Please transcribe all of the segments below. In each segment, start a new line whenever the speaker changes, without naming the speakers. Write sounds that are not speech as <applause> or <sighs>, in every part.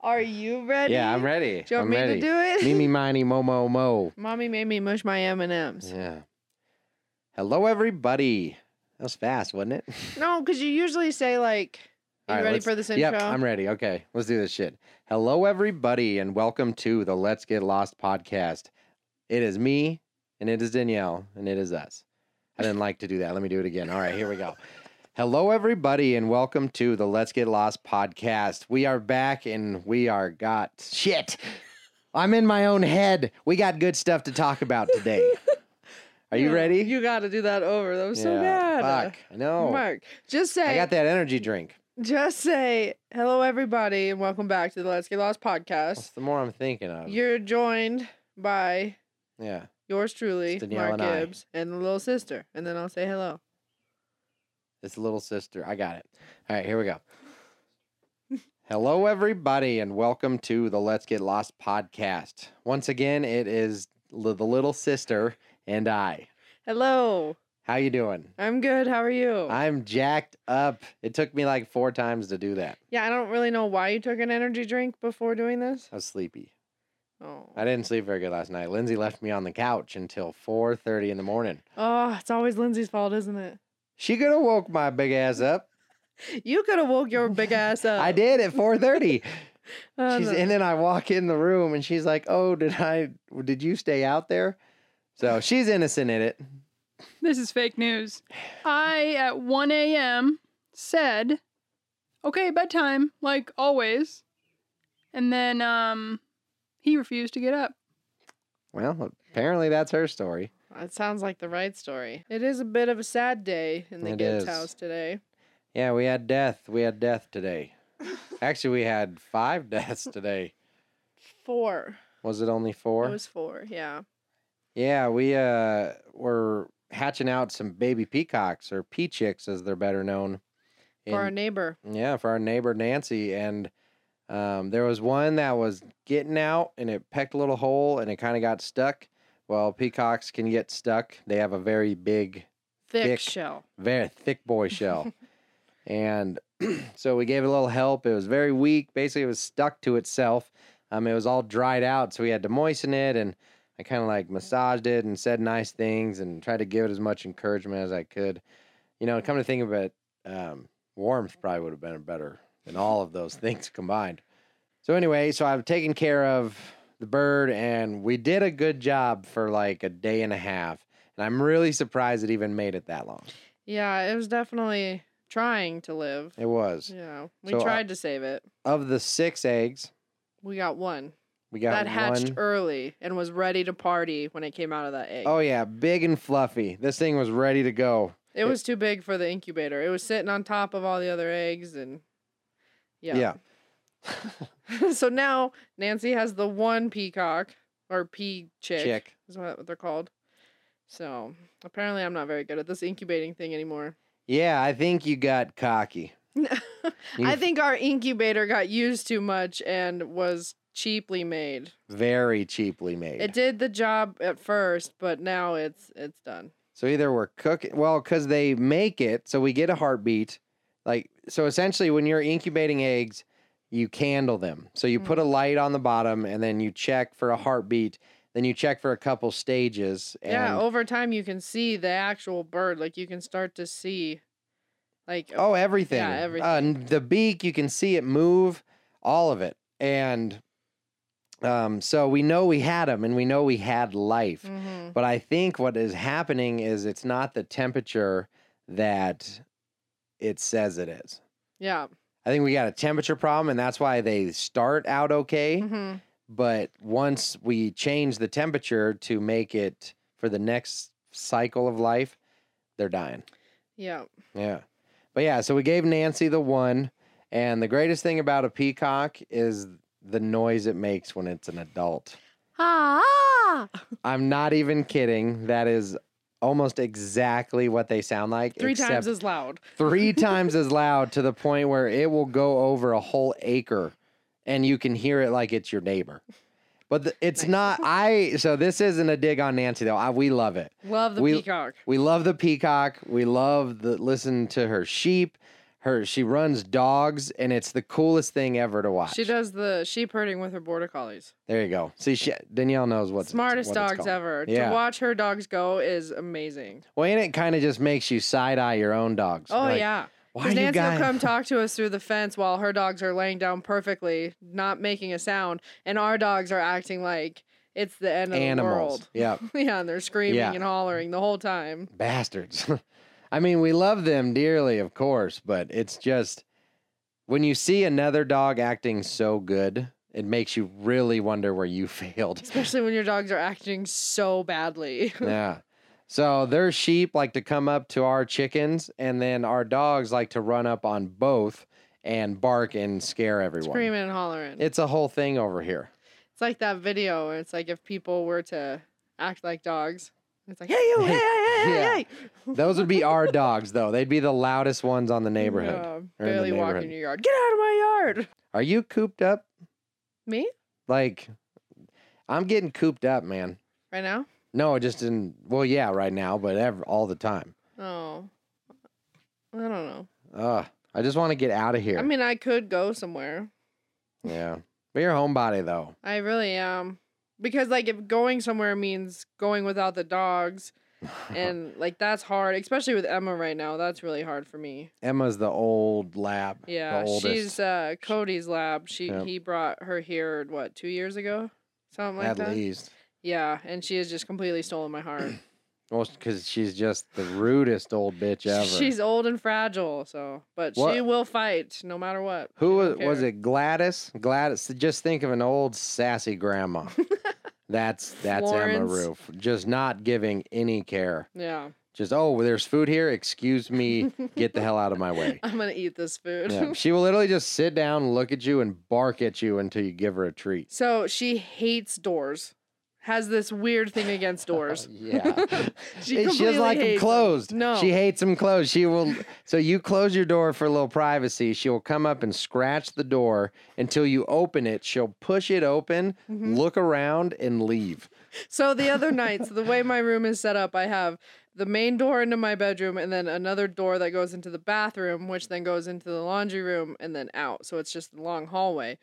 Are you ready?
Yeah, I'm ready.
Do you want
I'm
me to
ready. <laughs>
do it?
Mimi, miny, mo, mo, mo.
<laughs> Mommy made me mush my M and M's.
Yeah. Hello, everybody. That was fast, wasn't it? <laughs>
No, because you usually say like, "You
All right,
ready
let's-
for this intro?"
Yep, I'm ready. Okay, let's do this shit. Hello, everybody, and welcome to the Let's Get Lost podcast. It is me, and it is Danielle, and it is us. I didn't like to do that. Let me do it again. All right, here we go. Hello, everybody, and welcome to the Let's Get Lost podcast. We are back, and we are got shit. I'm in my own head. We got good stuff to talk about today.
<laughs>
Are you
Yeah,
ready?
You got to do that over. That was so
Yeah,
bad. Uh,
Fuck. I know.
Mark, just say,
I got that energy drink.
just say, "Hello, everybody, and welcome back to the Let's Get Lost podcast."
That's the more I'm thinking of.
You're joined by
yeah.
yours truly,
It's Danielle
Mark
and I.
Gibbs, and the little sister, and then I'll say hello.
It's little sister. I got it. All right, here we go. Hello, everybody, and welcome to the Let's Get Lost podcast. Once again, it is li- the little sister and I.
Hello,
How you doing?
I'm good. How are you?
I'm jacked up. It took me like four times to do that.
yeah, I don't really know why you took an energy drink before doing this.
I was sleepy.
Oh,
I didn't sleep very good last night. Lindsay left me on the couch until 4:30 in the morning.
oh, it's always Lindsay's fault, isn't it?
She could have woke my big ass up.
You could have woke your big ass up.
<laughs> I did at 4:30.
Oh,
she's
no.
and then I walk in the room and she's like, "Oh, did I? Did you stay out there?" So she's innocent in it.
This is fake news. I, at 1 a.m., said, okay, bedtime, like always. And then um, he refused to get up.
Well, apparently that's her story.
That sounds like the right story. It is a bit of a sad day in the
It
Gibbs
is.
house today.
Yeah, we had death. We had death
<laughs>
today. Actually, we had five <laughs> deaths today.
Four.
Was it only four?
It was four, yeah.
Yeah, we uh were hatching out some baby peacocks or pea chicks, as they're better known.
For our
in-
neighbor.
Yeah, for our neighbor Nancy. And um, there was one that was getting out and it pecked a little hole and it kind of got stuck. Well, peacocks can get stuck. They have a very big,
Thick,
Thick.
shell.
very thick boy shell. and <clears throat> so we gave it a little help. It was very weak. Basically, it was stuck to itself. Um, it was all dried out. So we had to moisten it. And I kind of like massaged it and said nice things and tried to give it as much encouragement as I could. You know, come to think of it, um, warmth probably would have been better than all of those <laughs> things combined. So anyway, so I've taken care of the bird, and we did a good job for like a day and a half. And I'm really surprised it even made it that long.
Yeah, it was definitely trying to live.
It was
Yeah. We
So, uh,
tried to save it.
of the six eggs
We got one.
we got
that hatched
one.
early and was ready to party when it came out of that egg.
Oh yeah, big and fluffy. This thing was ready to go.
it,
it-
was too big for the incubator. It was sitting on top of all the other eggs and yeah.
Yeah.
<laughs> so now Nancy has the one peacock or pea chick,
Chick.
is what they're called. So apparently, I'm not very good at this incubating thing anymore.
Yeah, I think you
<laughs>
got cocky. You
I
f-
think our incubator got used too much and was cheaply made.
very cheaply made.
It did the job at first, but now it's it's done.
So either we're cooking, well, because they make it, so we get a heartbeat. Like, so essentially, when you're incubating eggs, you candle them. So you
Mm-hmm.
put a light on the bottom and then you check for a heartbeat. Then you check for a couple stages. And
yeah, over time you can see the actual bird. Like you can start to see, like
Oh, everything.
Yeah, everything.
Uh, n- the beak, you can see it move, all of it. And um, so we know we had them and we know we had life.
mhm.
But I think what is happening is it's not the temperature that it says it is.
yeah,
I think we got a temperature problem, and that's why they start out okay.
hmm
But once we change the temperature to make it for the next cycle of life, they're dying.
yeah.
Yeah. But yeah, so we gave Nancy the one. And the greatest thing about a peacock is the noise it makes when it's an adult.
Ah!
I'm not even kidding. That is almost exactly what they sound like.
Three times
except
as loud. <laughs>
three times as loud to the point where it will go over a whole acre and you can hear it like it's your neighbor. But the, it's
Nice.
not, I, so this isn't a dig on Nancy though. I, we love it.
Love the
We-
peacock.
We love the peacock. We love the listen to her sheep, her she runs dogs and it's the coolest thing ever to watch.
She does the sheep herding with her border collies.
There you go. See, she, Danielle knows what's
Smartest
what it's
dogs
called.
ever.
Yeah.
To watch her dogs go is amazing.
Well, and it kind of just makes you side eye your own dogs.
Oh
You're like,
yeah.
Why
Because
you
Nancy
guys?
will
<laughs>
come talk to us through the fence while her dogs are laying down perfectly, not making a sound, and our dogs are acting like it's the end of the
Animals.
world. <laughs>
Yeah,
Yeah, and they're screaming
Yeah.
and hollering the whole time.
bastards. <laughs> I mean, we love them dearly, of course, but it's just when you see another dog acting so good, it makes you really wonder where you <laughs> failed.
Especially when your dogs are acting so badly. <laughs>
yeah. So their sheep like to come up to our chickens, and then our dogs like to run up on both and bark and scare everyone.
Screaming and hollering.
It's a whole thing over here.
It's like that video where it's like if people were to act like dogs, it's
<laughs>
like, hey, you, hey, hey, hey, hey,
Yeah.
hey.
Those would
<laughs>
be our dogs, though. They'd be the loudest ones on the neighborhood.
Yeah,
the
barely walk
neighborhood.
in your yard. Get out of my yard.
Are you cooped up?
Me?
Like, I'm getting cooped up, man.
Right now?
No, it just didn't. Well, yeah, right now, but ever, all the time.
Oh. I don't know.
Ugh. I just want to get out of here.
I mean, I could go somewhere.
yeah. But you're a homebody, though.
I really am. Because, like, if going somewhere means going without the dogs,
Uh-huh.
and, like, that's hard, especially with Emma right now. That's really hard for me.
<laughs> Emma's the old lab.
Yeah,
The oldest.
she's uh, Cody's lab. She
Yep.
he brought her here what two years ago, something like
at
that.
least.
Yeah, and she has just completely stolen my heart.
Well, because she's just the rudest old bitch ever.
She's old and fragile, so but she
What-
will fight no matter what.
Who
I
was,
don't
was
care.
it? Gladys. Gladys. Just think of an old sassy
<laughs>
grandma. that's that's Emma
Florence.
Roof. Just not giving any care.
Yeah,
Just oh, there's food here. Excuse me. Get the hell out of
<laughs>
my way.
I'm gonna eat this food.
Yeah. She will literally just sit down, look at you, and bark at you until you give her a
<laughs>
treat.
so she hates doors. Has this weird thing against
<laughs>
doors.
Uh, Yeah.
<laughs> She
And she
completely
doesn't like them
hates
closed.
No.
She hates them closed. She will. so you close your door for a little privacy. She will come up and scratch the door until you open it. She'll push it open,
Mhm.
look around, and leave.
So the other nights, the way my room is set up, I have the main door into my bedroom and then another door that goes into the bathroom, which then goes into the laundry room and then out. So it's just a long hallway.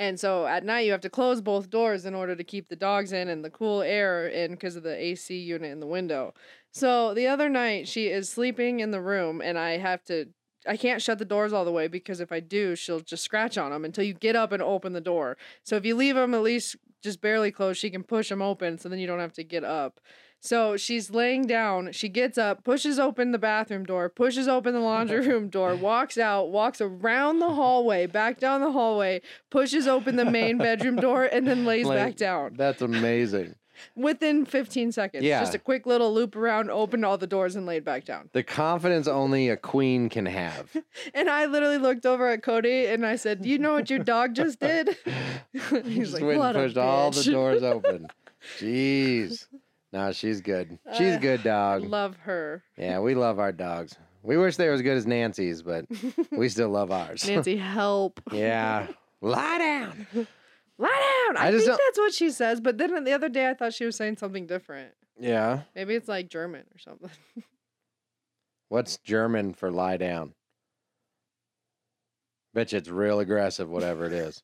And so at night, you have to close both doors in order to keep the dogs in and the cool air in because of the AC unit in the window. So the other night, she is sleeping in the room, and I have to. I can't shut the doors all the way because if I do, she'll just scratch on them until you get up and open the door. So if you leave them at least just barely closed, she can push them open so then you don't have to get up. So she's laying down. She gets up, pushes open the bathroom door, pushes open the laundry room door, walks out, walks around the hallway, back down the hallway, pushes open the main bedroom door, and then lays
Like-
back down <laughs>
That's amazing.
within 15 seconds.
Yeah.
Just a quick little loop around, opened all the doors, and laid back down.
the confidence only a queen
<laughs>
can have.
And I literally looked over at Cody and I said, Do you know what your dog
<laughs>
just did? He's <laughs>
Just went and
a
pushed all the
bitch." <laughs>
doors open. Jeez. No, she's good. She's
Uh,
a good
I
dog.
love
<laughs>
her.
yeah, we love our dogs. We wish they were as good as
<laughs>
Nancy's, but we still love ours.
Nancy, help.
yeah. Lie down.
Lie down. I,
I just
think
don't-
that's what she says. But then the other day, I thought she was saying something different.
Yeah.
Maybe it's like German or
<laughs>
something.
What's German for lie down? Bet you it's real aggressive, whatever it is.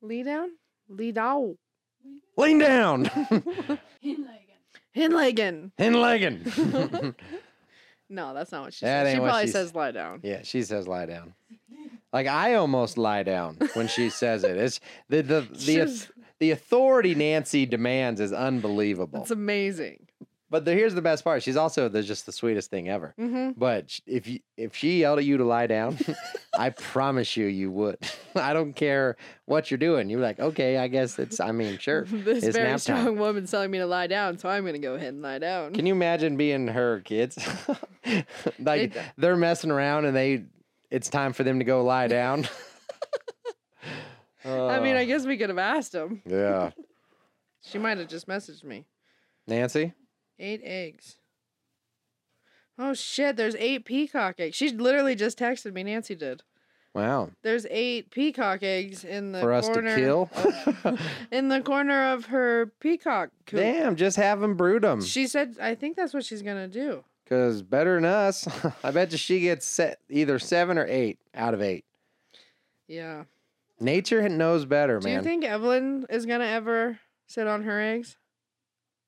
Lee down? Lee down.
<laughs> Lean <laughs> down.
Hinlegen.
and legging.
No, that's not what she
That
says. She
ain't what
probably
she
says lie down.
<laughs> Yeah, she says lie down. Like I almost lie down when she says it. It's the the the,
She's-
auth- the authority Nancy demands is unbelievable.
That's amazing.
but the, here's the best part: she's also the, just the sweetest thing ever.
Mm-hmm.
But sh- if you if she yelled at you to lie down, <laughs> I promise you you would. <laughs> I don't care what you're doing. You're like, okay, I guess it's. I mean, <laughs> sure.
<laughs> This
It's
very
nap time.
strong woman's telling me to lie down, so I'm going to go ahead and lie down.
Can you imagine being her kids? <laughs> like
It-
they're messing around and they, it's time for them to go lie down.
<laughs> I mean,
Uh.
I
<laughs>
guess we could have asked him.
Yeah.
She might have just messaged me.
Nancy?
Eight eggs. Oh shit, there's eight peacock eggs. She literally just texted me, Nancy did.
Wow.
There's eight peacock eggs in the
For us
corner
to kill? <laughs>
in the corner of her peacock coop.
Damn, just have them brood them.
She said I think that's what she's gonna do.
Cause better than us. <laughs> I bet you she gets set either seven or eight out of eight.
Yeah.
Nature knows better,
Do
man.
you think Evelyn is gonna ever sit on her eggs?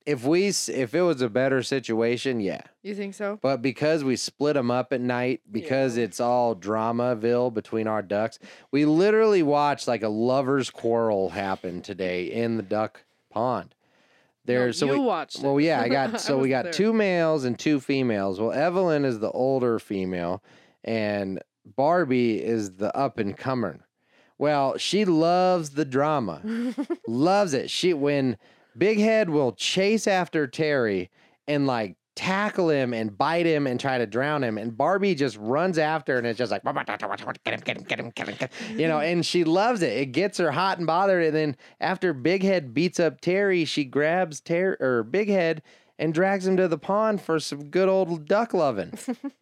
if we s- if it was a better situation, yeah.
You think so?
But because we split them up at night, because
Yeah.
it's all dramaville between our ducks, we literally watched like a lovers' quarrel happen today in the duck pond. There,
No,
so
you
we,
watched. it. <laughs>
well, yeah, I got so we
wasn't
got
there.
two males and two females. Well, Evelyn is the older female, and Barbie is the up and comer. Well, she loves the drama
<laughs>
loves it. She when Big Head will chase after Terry and like tackle him and bite him and try to drown him, and Barbie just runs after and it's just like get him, get him, get him, get him, get him," you know, and she loves it. It gets her hot and bothered, and then after Big Head beats up Terry, she grabs Terry or Big Head and drags him to the pond for some good old duck loving.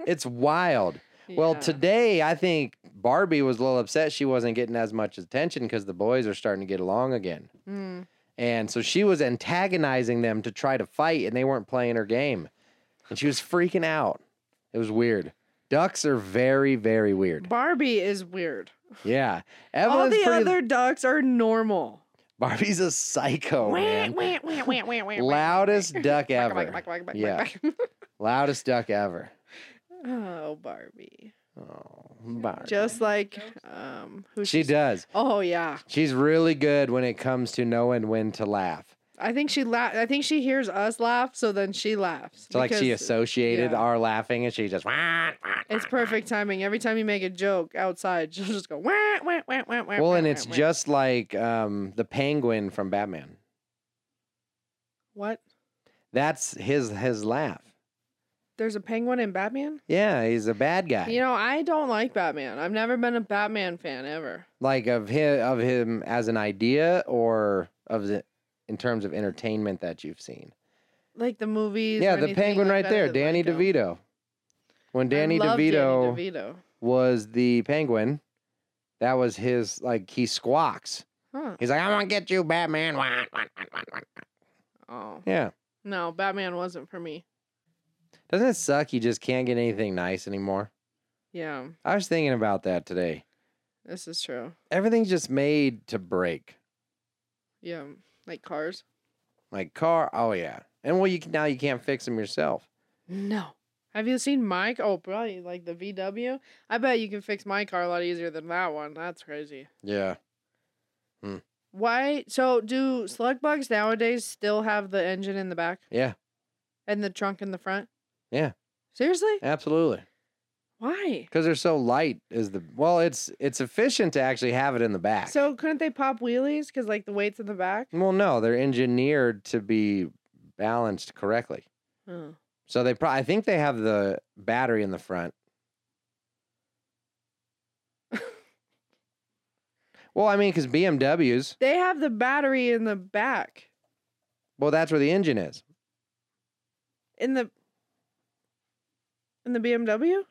it's wild. Well,
Yeah.
today I think Barbie was a little upset she wasn't getting as much attention because the boys are starting to get along again.
Mm.
And so she was antagonizing them to try to fight, and they weren't playing her game. And she was freaking out. It was weird. Ducks are very, very weird.
Barbie is weird.
Yeah. Evelyn's
All the
pretty.
other ducks are normal.
Barbie's a psycho, Oh, man.
Wah, wah, wah, wah, wah, wah.
Loudest
<laughs> Whack,
duck
whack,
ever.
whack, whack, whack,
Yeah.
whack. <laughs>
Loudest duck ever.
Oh, Barbie.
Oh, Barbie.
Just like um, who
she does.
Oh yeah,
She's really good when it comes to knowing when to laugh.
I think she la- I think she hears us laugh, so then she laughs.
So like she
because uh,
associated
yeah.
our laughing, and she just. "Wah, wah, wah."
It's perfect timing. Every time you make a joke outside, <laughs> she'll just go. Wah, wah, wah, wah, wah,
Well,
wah,
and
wah,
it's
wah."
just like um, the penguin from Batman.
what?
That's his his laugh.
There's a penguin in Batman.
Yeah, he's a bad guy.
You know, I don't like Batman. I've never been a Batman fan ever.
like of him of him as an idea or of the in terms of entertainment that you've seen.
Like the movies.
yeah,
or
the
anything
penguin
like
right
that
there,
that,
Danny
like, um,
DeVito. When
I
Danny
love
DeVito,
Danny DeVito.
was the penguin, that was his like he squawks.
Huh.
He's like, "I'm gonna get you, Batman." Wah, wah, wah, wah, wah.
Oh
Yeah.
no, Batman wasn't for me.
Doesn't it suck? You just can't get anything nice anymore.
Yeah,
I was thinking about that today.
this is true.
Everything's just made to break.
Yeah, like cars.
Like car. Oh yeah. And well, you can, now you can't fix them yourself.
No. Have you seen Mike? Oh, probably like the VW. I bet you can fix my car a lot easier than that one. That's crazy.
Yeah.
Why? So, do slug bugs nowadays still have the engine in the back
Yeah.
and the trunk in the front?
Yeah.
Seriously?
Absolutely.
Why?
Because they're so light. Is the well? It's it's efficient to actually have it in the back.
So, couldn't they pop wheelies because like the weight's in the back?
well, no, they're engineered to be balanced correctly.
Oh.
So they probably I think they have the battery in the front. well, I mean, because BMWs.
They have the battery in the back.
Well, that's where the engine is.
In the in the BMW?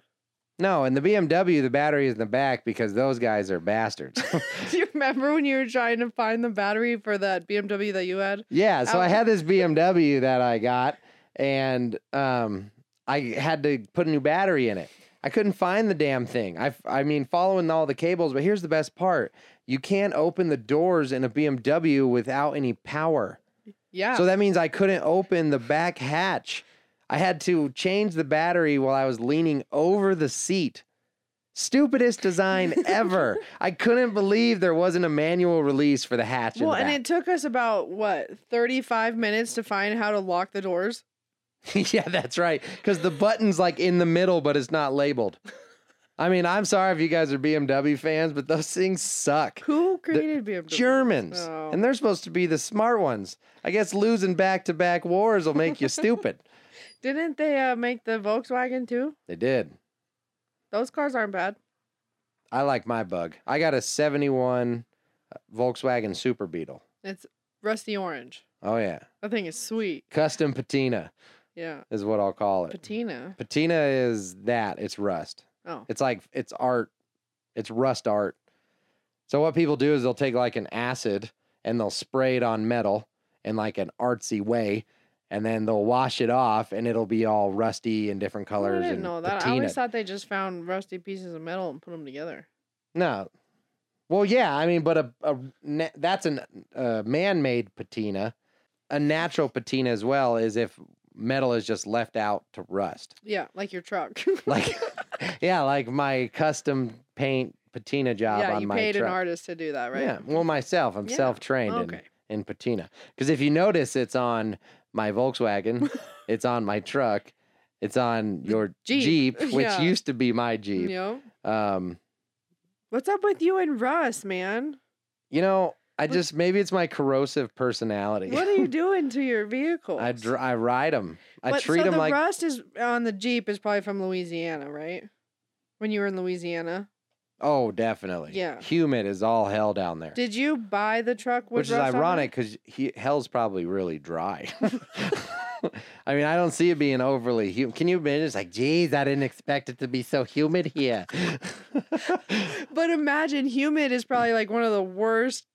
No, in the BMW, the battery is in the back because those guys are bastards.
<laughs>
<laughs>
Do you remember when you were trying to find the battery for that BMW that you had?
Yeah, so I
Ouch.
had this BMW that I got, and um, I had to put a new battery in it. I couldn't find the damn thing. I, f- I mean, following all the cables, but here's the best part: you can't open the doors in a BMW without any power.
Yeah.
So that means I couldn't open the back hatch. I had to change the battery while I was leaning over the seat. Stupidest
<laughs>
design ever. I couldn't believe there wasn't a manual release for the hatch. in
Well,
the
and
back.
it took us about what 35 minutes to find how to lock the doors.
<laughs> yeah, that's right. Because the button's like in the middle, but it's not labeled. I mean, I'm sorry if you guys are BMW fans, but those things suck.
Who created BMW?
Germans,
Oh.
and they're supposed to be the smart ones. I guess losing back to back wars will make you stupid.
Didn't they uh, make the Volkswagen too?
They did.
Those cars aren't bad.
I like my bug. I got a 71 Volkswagen Super Beetle.
It's rusty orange.
Oh, yeah.
That thing is sweet.
Custom patina
Yeah,
is what I'll call it.
patina.
Patina is that, it's rust.
Oh,
It's like it's art. It's rust art. So what people do is they'll take like an acid and they'll spray it on metal in like an artsy way and then they'll wash it off and it'll be all rusty and different
Oh,
colors
I didn't
and
know that. I
patinaed.
always thought they just found rusty pieces of metal and put them together.
No. Well, yeah, I mean, but a, a na- that's an uh, man-made patina. A natural patina as well is if metal is just left out to rust.
Yeah, like your truck. <laughs>
Like <laughs> yeah, like my custom paint patina job
yeah,
on
you
my
paid
truck.
an artist to do that, right?
Yeah, well myself, I'm
Yeah,
self-trained
Okay.
in, in patina. Cuz if you notice it's on
<laughs>
my Volkswagen, it's on my truck, it's on your
Jeep, <laughs>
Jeep, which
yeah.
used to be my Jeep.
Yep.
Um
What's up with you and Russ,
<laughs>
man?
You know, I
What-
just maybe it's my corrosive personality.
What are you doing to your vehicle?
<laughs> I dr- I ride them. I
But-
treat
so
them
the
like
rust is on the Jeep is probably from Louisiana, right? When you were in Louisiana,
oh, definitely.
Yeah.
humid is all hell down there,
did you buy the truck with
which is
rust on it?
ironic because he hell's probably really dry. <laughs> I mean, I don't see it being overly humid. Can you imagine? It's like, geez, I didn't expect it to be so humid
<laughs>
here.
But imagine humid is probably like one of the worst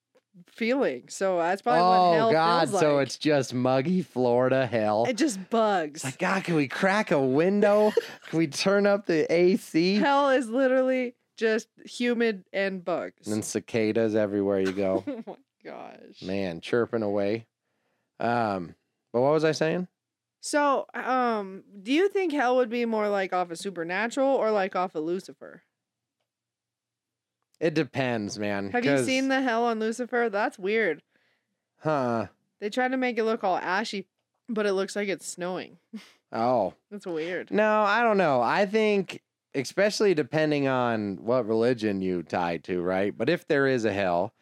feelings. So uh, that's probably what
oh
hell
God!
feels
So
like.
it's just muggy Florida hell.
it just bugs.
It's like, God, can we crack a window? can we turn up the AC?
hell is literally just humid and bugs.
And then cicadas everywhere
<laughs>
you go.
oh my gosh.
Man, chirping away. Um, but what was I saying?
So, um, do you think hell would be more like off of Supernatural or like off of Lucifer?
It depends, man.
Have you seen the hell on Lucifer? That's weird.
Huh.
They try to make it look all ashy, but it looks like it's snowing.
Oh.
That's weird.
No, I don't know. I think especially depending on what religion you tie to, right? But if there is a hell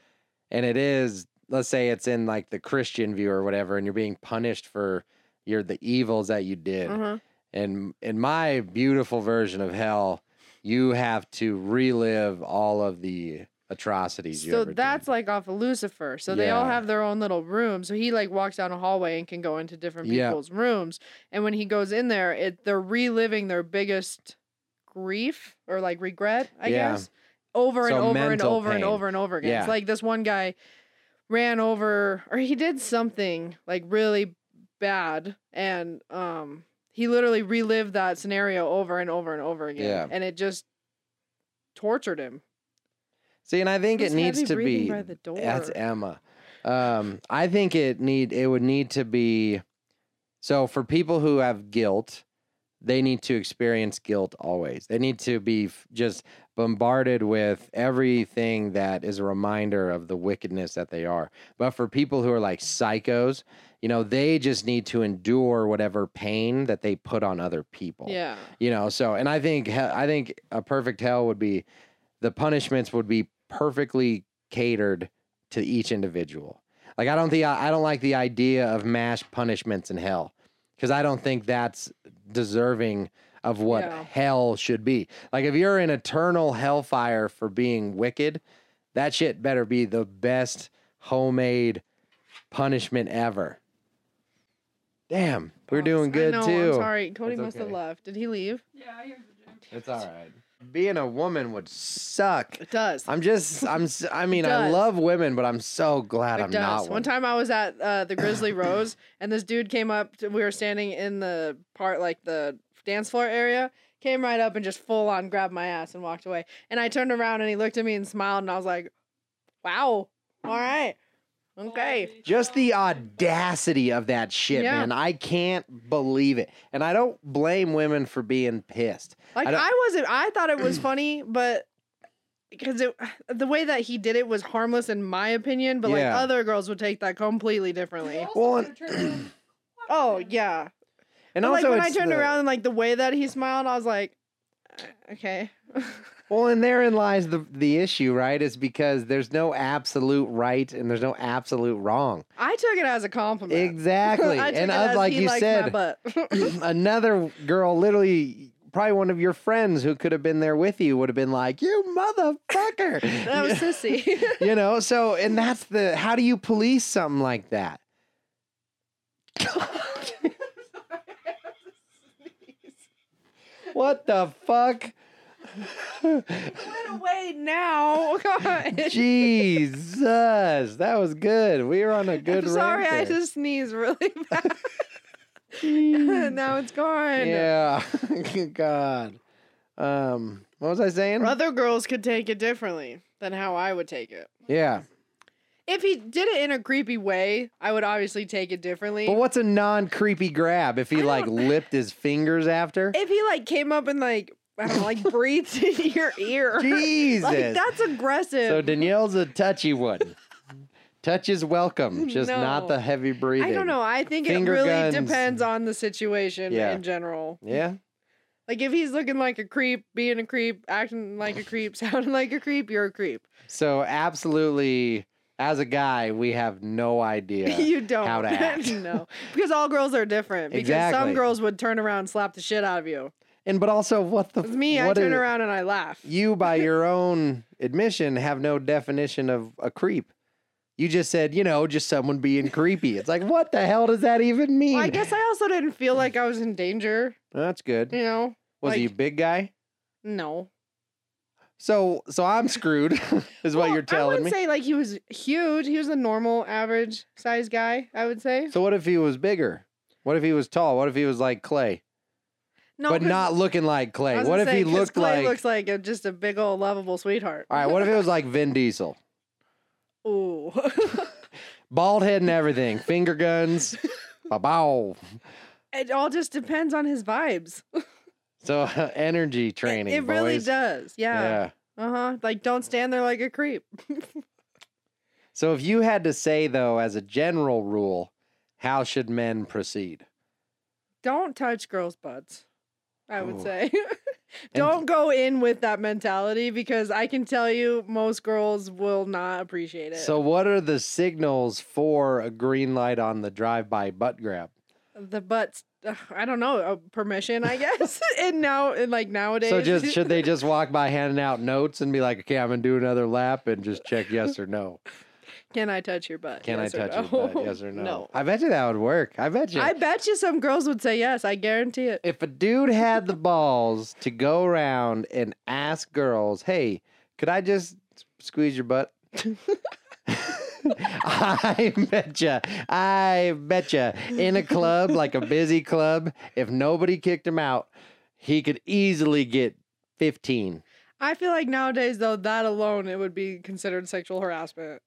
and it is let's say it's in like the Christian view or whatever and you're being punished for your the evils that you did.
Uh-huh.
And in my beautiful version of hell, you have to relive all of the atrocities you
So
ever did.
that's like off of Lucifer. So they all
Yeah.
have their own little room. So he like walks down a hallway and can go into different
Yeah.
people's rooms. And when he goes in there, it they're reliving their biggest grief or like regret, I
Yeah.
guess, over and
So
over and
mental
over and
pain.
over and over again. It's
Yeah.
like this one guy ran over or he did something like really bad and um he literally relived that scenario over and over and over again
Yeah.
and it just tortured him
See, and I think
Who's
it needs
heavy
to
breathing
be
by the door.
that's Emma. Um, I think it need it would need to be so for people who have guilt, they need to experience guilt always. They need to be f- just bombarded with everything that is a reminder of the wickedness that they are. But for people who are like psychos, you know, they just need to endure whatever pain that they put on other people
yeah
you know so and i think he- i think a perfect hell would be the punishments would be perfectly catered to each individual like i don't think i don't like the idea of mass punishments in hell because i don't think that's deserving of what
Yeah.
hell should be like if you're in eternal hellfire for being wicked that shit better be the best homemade punishment ever damn we're
Pause.
doing good
Oh, I know,
too
I'm sorry, Cody
It's
must have
okay.
left. Did he leave?
Yeah, here's the gym.
It's all right. Being a woman would suck.
It does.
I'm just, I'm, s-
<laughs>
I mean, I
does.
love women, but I'm so glad
it
I'm
does.
not one.
One time I was at uh, the
<laughs>
Grizzly Rose, and this dude came up. To, we were standing in the part like the dance floor area. Came right up and just full on grabbed my ass and walked away. And I turned around and he looked at me and smiled, and I was like, "Wow, all right, okay."
Just the audacity of that shit,
Yeah.
man. I can't believe it. And I don't blame women for being pissed.
Like
I
I,
don't-
wasn't. I thought it was funny, but because it, the way that he did it was harmless in my opinion. But
Yeah.
like other girls would take that completely differently.
Well,
Oh yeah.
And
But,
also,
like when I
it's
turned
the-
around and like the way that he smiled, I was like, "Uh, okay.
Well, and therein lies the the issue, right? Is because there's no absolute right and there's no absolute wrong.
<laughs> I took it as a compliment. <laughs>
Exactly.
I took
and
it
I-
as
like
he
you
liked
said,
my
<laughs>
butt. <laughs>
<clears throat> another girl, literally probably one of your friends who could have been there with you, would have been like, "You motherfucker!"
<laughs> that was sissy.
<laughs>
<laughs>
you know. So, and that's the how do you police something like that? what the fuck?
Went away now. <laughs> God.
Jesus, that was good. We were on a good.
I'm sorry,
rant
I <laughs>
there.
just sneezed really bad. <laughs> now it's gone.
Yeah. <laughs> God. Um, what was I saying?
Other girls could take it differently than how I would take it.
Yeah.
If he did it in a creepy way, I would obviously take it differently.
But what's a non creepy grab if he
I
like
don't-
lipped his fingers after?
if he like came up and like I don't know,
<laughs>
like breathed in your ear, <laughs>
Jesus.
like that's aggressive.
so Danielle's a touchy one. Touch is welcome, just not
No.
the heavy breathing.
I don't know. I think
Finger
it really
guns.
depends on the situation
Yeah.
in general.
Yeah.
Like if he's looking like a creep, being a creep, acting like a creep, <laughs> sounding like a creep, you're a creep. <laughs>
So absolutely, as a guy, we have no idea.
<laughs> you don't.
how to act.
no. Because all girls are different. Because
Exactly.
some girls would turn around and slap the shit out of you.
and but also, what the
With me,
what
I turn
is-
around and I laugh. <laughs>
You, by your own admission, have no definition of a creep. You just said, you know, just someone being creepy. It's like, what the hell does that even mean?
Well, I guess I also didn't feel like I was in danger,
that's good.
you know?
Was he a
like-
big guy?
No.
So, so I'm screwed, <laughs> is what
Well,
you're
I
telling
wouldn't
me.
say like he was huge. He was a normal average size guy, I would say.
so, what if he was bigger? What if he was tall? What if he was like Clay,
No,
but
'cause-
not looking like
I
Clay?
was
What
gonna
if
say,
he
'cause
looked
Clay
like?
looks like a, just a big old lovable sweetheart?
All right, what if it was like Vin Diesel?
<laughs> Ooh. <laughs>
bald head and everything, finger guns, bow bow.
it all just depends on his vibes.
So <laughs> energy
It-
training.
It, really
boys.
does. Yeah. Uh huh. Like, don't stand there like a creep.
So if you had to say though, as a general rule, how should men proceed?
don't touch girls' butts. I would
Ooh.
say. <laughs> don't go in with that mentality because I can tell you most girls will not appreciate it.
So what are the signals for a green light on the drive-by butt grab?
the butts. ugh, I don't know. Uh, permission, I
<laughs>
guess. and now, and like nowadays.
So just should they just walk by handing out notes and be like, okay, I'm gonna do another lap and just check yes or no.
<laughs> Can I touch your butt?
Can
Yes
I
or
touch your
<laughs>
butt?
no?
Yes or no? I bet you that would work. I bet you.
I bet you some girls would say yes. I guarantee it.
if a dude had the balls to go around and ask girls, "Hey, could I just squeeze your
<laughs>
butt?" <laughs> I betcha, I betcha, in a club like a busy club, if nobody kicked him out, he could easily get fifteen
I feel like nowadays, though, that alone it would be considered sexual harassment.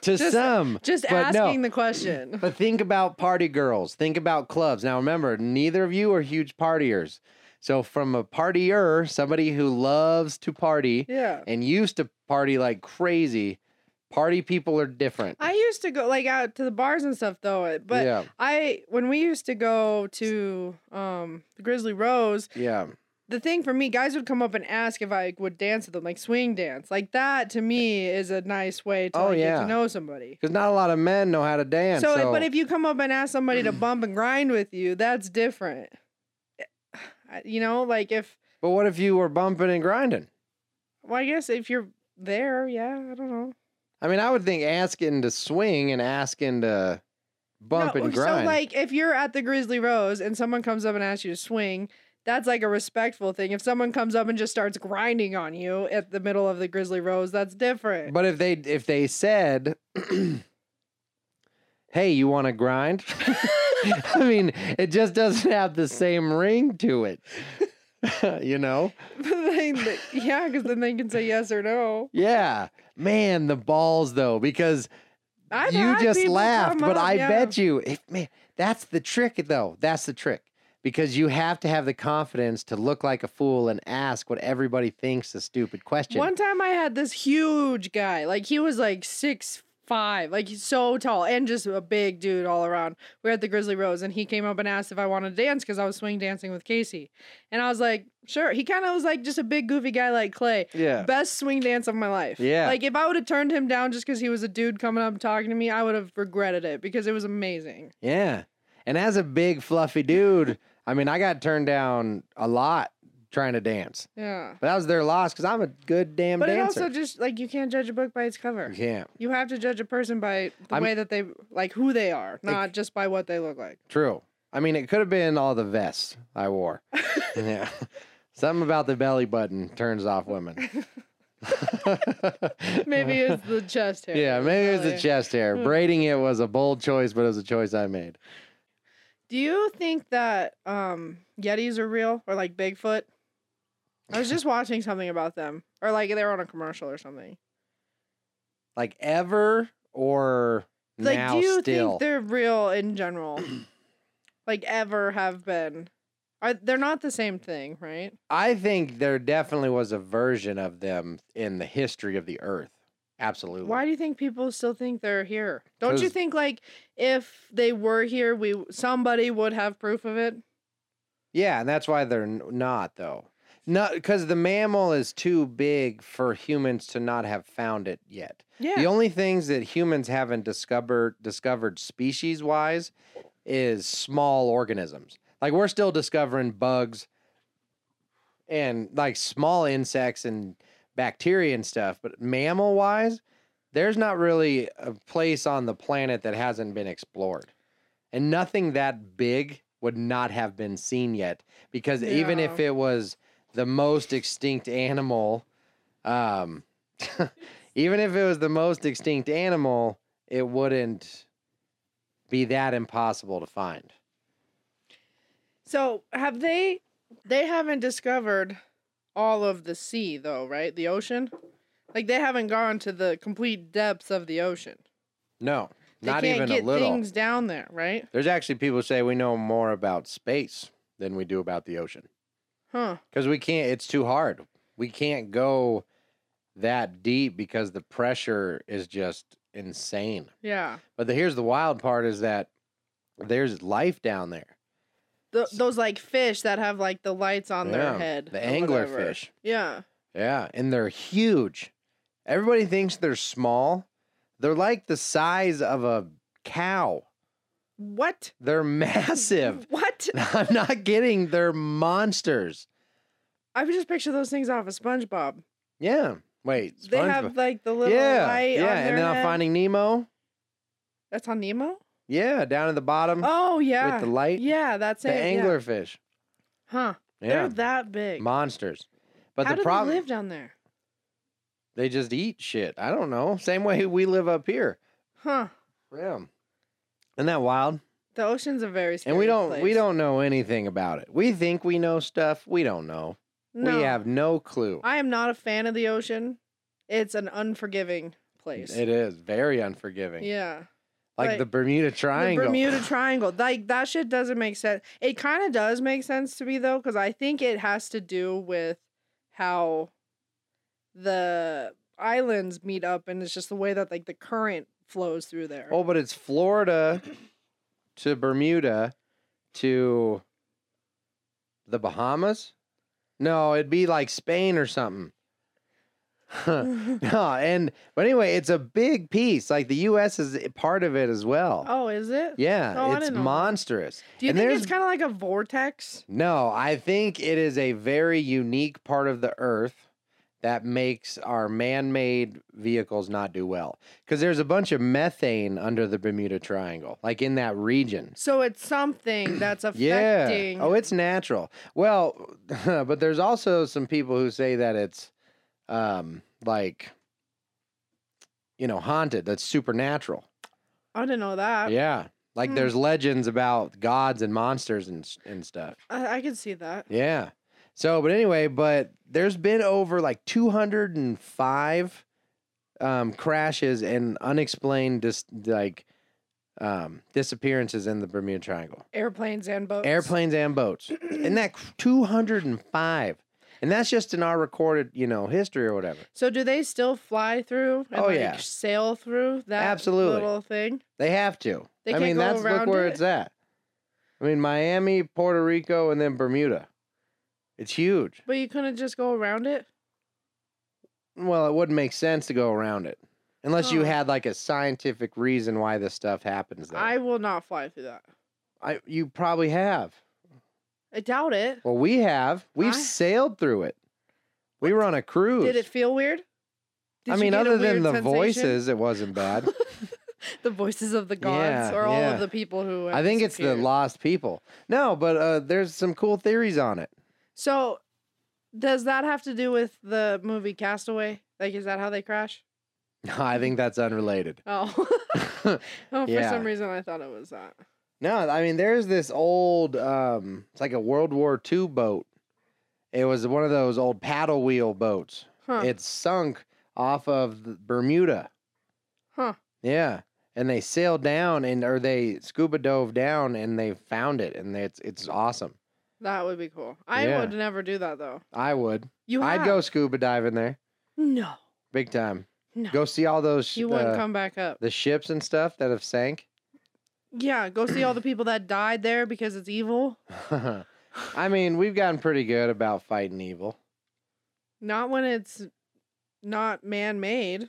to
Just-
some.
Just
But no.
asking the question. <laughs>
But think about party girls. Think about clubs. Now remember, neither of you are huge partiers. So from a partier, somebody who loves to party,
yeah.
and used to party like crazy. Party people are different.
I used to go like out to the bars and stuff though, but
yeah,
I when we used to go to um the Grizzly Rose,
yeah.
the thing for me, guys would come up and ask if I would dance with them, like swing dance. Like that to me is a nice way to
Oh,
like, get
yeah.
to know somebody.
Because not a lot of men know how to dance. So,
so, but if you come up and ask somebody
<clears throat>
to bump and grind with you, that's different. I- <sighs> You know, like if
but what if you were bumping and grinding?
well, I guess if you're there, yeah, I don't know.
I mean, I would think asking to swing and asking to bump
No,
and grind.
<laughs> So like if you're at the Grizzly Rose and someone comes up and asks you to swing, that's like a respectful thing. If someone comes up and just starts grinding on you at the middle of the Grizzly Rose, that's different.
but if they if they said, <clears throat> "Hey, you want to grind?" <laughs> I mean, it just doesn't have the same ring to it. <laughs> you know?
<laughs> They- they- yeah, because then they can say yes or no.
Yeah. Man, the balls though, because
I've
you
had
just
people
laughed,
come
but
up,
I
yeah.
bet you, if, man, that's the trick, though. That's the trick because you have to have the confidence to look like a fool and ask what everybody thinks a stupid question.
One time I had this huge guy, like he was like six five, like he's so tall and just a big dude all around. We were at the Grizzly Rose and he came up and asked if I wanted to dance because I was swing dancing with Casey. And I was like, sure. He kind of was like just a big goofy guy like Clay.
yeah,
Best swing dance of my life.
Yeah.
Like if I would have turned him down just because he was a dude coming up and talking to me, I would have regretted it because it was amazing.
yeah. And as a big fluffy dude, I mean, I got turned down a lot trying to dance,
Yeah.
but that was their loss because I'm a good damn
But
dancer.
it also just like you can't judge a book by its cover.
you can't.
You have to judge a person by the
I'm-
way that they like who they are, not just by what they look
<laughs>
like.
True. I mean, it could have been all the vests
<laughs>
I wore. yeah. Something about the belly button turns off women.
<laughs> Maybe
Uh-huh.
it's the chest hair. Hmm.
Yeah, maybe it was the
Really.
chest hair. Braiding it was a bold choice, but it was a choice I made.
Do you think that um Yetis are real or like Bigfoot? I
<laughs>
was just watching something about them, or like they were on a commercial or something.
Like ever or
Like,
now
do you
still?
think they're real in
<clears throat>
general? like ever have been? Are they're not the same thing, right?
I think there definitely was a version of them in the history of the earth. Absolutely.
Why do you think people still think they're here? Don't you
'Cause-
think like if they were here, we somebody would have proof of it?
Yeah, and that's why they're n- not though. Not because the mammal is too big for humans to not have found it yet.
Yeah.
The only things that humans haven't discovered discovered species wise is small organisms. Like we're still discovering bugs and like small insects and bacteria and stuff, but mammal wise, there's not really a place on the planet that hasn't been explored. And nothing that big would not have been seen yet because even if it was the most extinct animal um <laughs> even if it was the most extinct animal, it wouldn't be that impossible to find.
So have they? They haven't discovered all of the sea, though, right? The ocean. Like they haven't gone to the complete depths of the ocean.
No,
They
not
can't
even
get
a little.
things down there, right?
There's actually people say we know more about space than we do about the ocean
Huh.
because we can't. It's too hard. We can't go that deep because the pressure is just insane.
Yeah.
But the, here's the wild part: is that there's life down there.
Th those like fish that have like the lights on their
Yeah,
head.
the
or whatever.
anglerfish.
Yeah.
Yeah, and they're huge. Everybody thinks they're small. They're like the size of a cow.
What?
They're <laughs> massive.
<laughs> What?
I'm not kidding. They're monsters.
I would just picture those things off of SpongeBob.
Yeah. Wait.
They have
SpongeBob.
like the little
yeah.
light
yeah.
on
and
their
then
head.
on Finding Nemo.
That's on Nemo.
Yeah, down at the bottom
Oh yeah.
with the light.
yeah, that's
the
it. yeah.
anglerfish.
Huh. They're
Yeah.
that big.
Monsters. But
How
the
do
problem
they live down there?
they just eat shit. I don't know. Same way we live up here.
Huh.
Yeah. Isn't that wild?
The ocean's a very scary
and we don't we
place.
don't know anything about it. We think we know stuff. We don't know.
No,
We have no clue.
I am not a fan of the ocean. It's an unforgiving place.
It is very unforgiving.
yeah.
like,
like
the Bermuda Triangle.
The Bermuda Triangle. Like that shit doesn't make sense. It kind of does make sense to me though cuz I think it has to do with how the islands meet up and it's just the way that like the current flows through there. <laughs>
oh, but
<coughs>
it's Florida to Bermuda to the Bahamas? No, it'd be like Spain or something. <laughs> no, and but anyway, it's a big piece. Like the US is part of it as well.
oh, is it?
Yeah,
Oh, I
it's
didn't know that.
monstrous.
Do you
and
think
there's
it's kind of like a vortex?
No, I think it is a very unique part of the earth that makes our man made vehicles not do well. Because there's a bunch of methane under the Bermuda Triangle, like in that region.
So it's
<clears throat>
something that's
Yeah.
affecting
Oh, it's natural. Well, <laughs> but there's also some people who say that it's um, like, you know, haunted, that's supernatural.
I didn't know that.
Yeah. Like
Hmm.
there's legends about gods and monsters and, s- and stuff.
I, I could see that.
Yeah. So, but anyway, but there's been over like 205 um, crashes and unexplained dis- like um, disappearances in the Bermuda Triangle,
Airplanes and boats.
airplanes and boats, and that cr- 205, and that's just in our recorded, you know, history or whatever.
So do they still fly through? And
Oh,
like,
yeah.
Sail through that
Absolutely.
little thing.
They have to.
They
I
can't
mean,
go
that's look
around
where
it?
it's at. I mean, Miami, Puerto Rico, and then Bermuda. It's huge.
But you couldn't just go around it.
Well, it wouldn't make sense to go around it unless you
Oh.
had like a scientific reason why this stuff happens. There.
I will not fly through that.
I, you probably have.
I doubt it.
Well, we have. We've
I-
sailed through it. We were on a cruise.
Did it feel weird? Did
I
you
mean,
get a
other than
weird
the
sensation?
voices, it
<laughs>
wasn't bad.
the voices of the gods,
Yeah,
or all
yeah.
of the people who. have
I think it's the
disappeared.
lost people. No, but uh, there's some cool theories on it. <laughs>
So, does that have to do with the movie Castaway? Like, is that how they crash? Hmm.
I think that's unrelated. <laughs>
Oh, <laughs> oh for
Yeah.
some reason I thought it was that.
No, I mean there's this old um it's like a World War II boat. It was one of those old paddle wheel boats.
Huh.
It's sunk off of the Bermuda.
Huh.
Yeah. And they sailed down and or they scuba dove down and they found it and it's it's awesome.
that would be cool. I
Yeah.
would never do that though.
I would.
You have.
I'd go scuba diving there.
No.
Big time.
No.
Go see all those sh-
You wouldn't
uh,
come back up.
the ships and stuff that have sank. <laughs>
Yeah, go see all the people that died there because it's evil.
I mean, we've gotten pretty good about fighting evil.
Not when it's not man
<laughs>
made.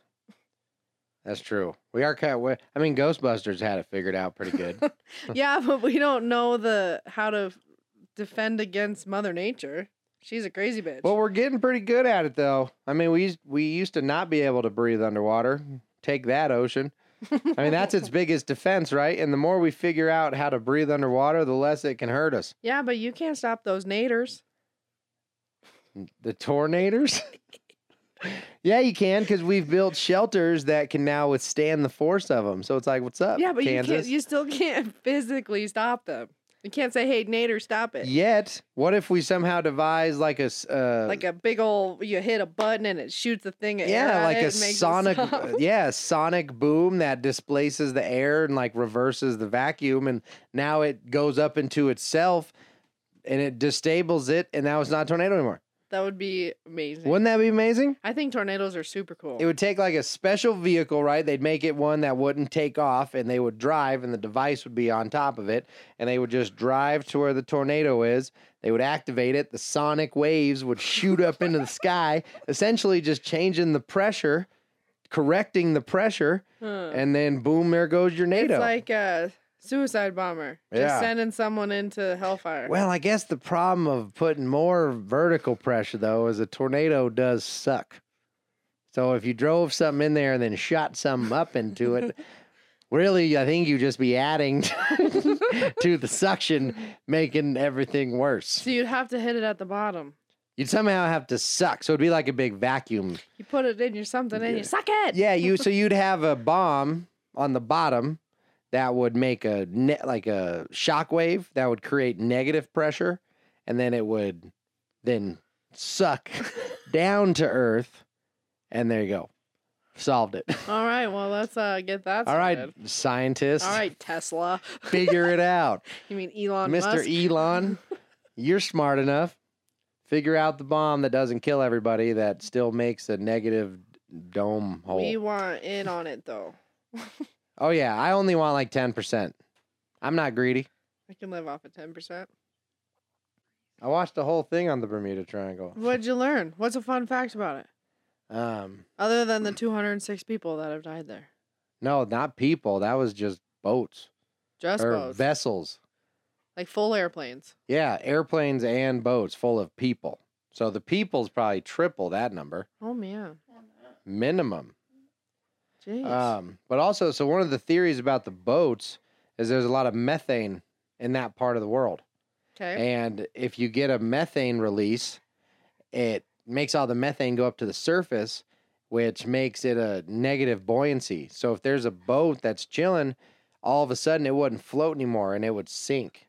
That's true. We are kind of. I mean, Ghostbusters had it figured out pretty good.
yeah, but we don't know the how to f- defend against Mother Nature. She's a crazy bitch.
well, we're getting pretty good at it, though. I mean, we used, we used to not be able to breathe underwater. Take that, ocean. I mean,
<laughs>
that's its biggest defense, right? And the more we figure out how to breathe underwater, the less it can hurt us.
yeah, but you can't stop those naders.
The tornadoes. <laughs> yeah, you can because we've built shelters that can now withstand the force of them. So it's like, what's up,
yeah, but you
Uh, Kansas?
can't. You still can't <laughs> physically stop them. You can't say, "Hey, nader, stop it."
Yet, what if we somehow devise like a s- uh,
Like a big old, you hit a button and it shoots a thing. At
yeah, like a sonic, uh,
It
yeah, sonic boom that displaces the air and like reverses the vacuum, and now it goes up into itself, and it destables it, and now it's not a tornado anymore.
<laughs> that would be amazing.
Wouldn't that be amazing?
I think tornadoes are super cool.
It would take like a special vehicle, right? They'd make it one that wouldn't take off, and they would drive, and the device would be on top of it, and they would just drive to where the tornado is. They would activate it. The sonic waves would shoot up into the
<laughs>
sky, essentially just changing the pressure, correcting the pressure,
Huh.
and then boom, there goes your NATO.
It's like a suicide bomber.
Yeah.
Just sending someone into hellfire.
well, I guess the problem of putting more vertical pressure though is a tornado does suck. So if you drove something in there and then shot something up into it, really, I think you just be adding <laughs> to the suction, making everything worse.
so you'd have to hit it at the bottom.
You'd somehow have to suck, so it'd be like a big vacuum.
You put it in your something and you suck it.
Yeah, you.
<laughs>
So you'd have a bomb on the bottom that would make a net like a shock wave that would create negative pressure, and then it would then
<laughs>
suck down to Earth, and there you go, solved it.
All right. Well, let's uh, get that.
All right,
started.
scientists,
All right, Tesla. <laughs>
figure it out,
You mean <laughs> Elon
Mister
Musk?
Elon. You're smart enough. Figure out the bomb that doesn't kill everybody that still makes a negative dome hole.
we want in on it though.
Oh yeah, I only want like ten percent. I'm not greedy.
I can live off of ten percent.
I watched the whole thing on the Bermuda Triangle.
What'd you learn? What's a fun fact about it?
Um,
Other than the two hundred and six people that have died there,
no, not people. That was just boats
just
or
boats,
vessels.
like full airplanes.
Yeah, airplanes and boats full of people. So the people's probably triple that number
Oh man,
minimum.
jeez.
Um, but also, so one of the theories about the boats is there's a lot of methane in that part of the world.
okay.
And if you get a methane release, it makes all the methane go up to the surface, which makes it a negative buoyancy. So if there's a boat that's chilling, all of a sudden it wouldn't float anymore and it would sink.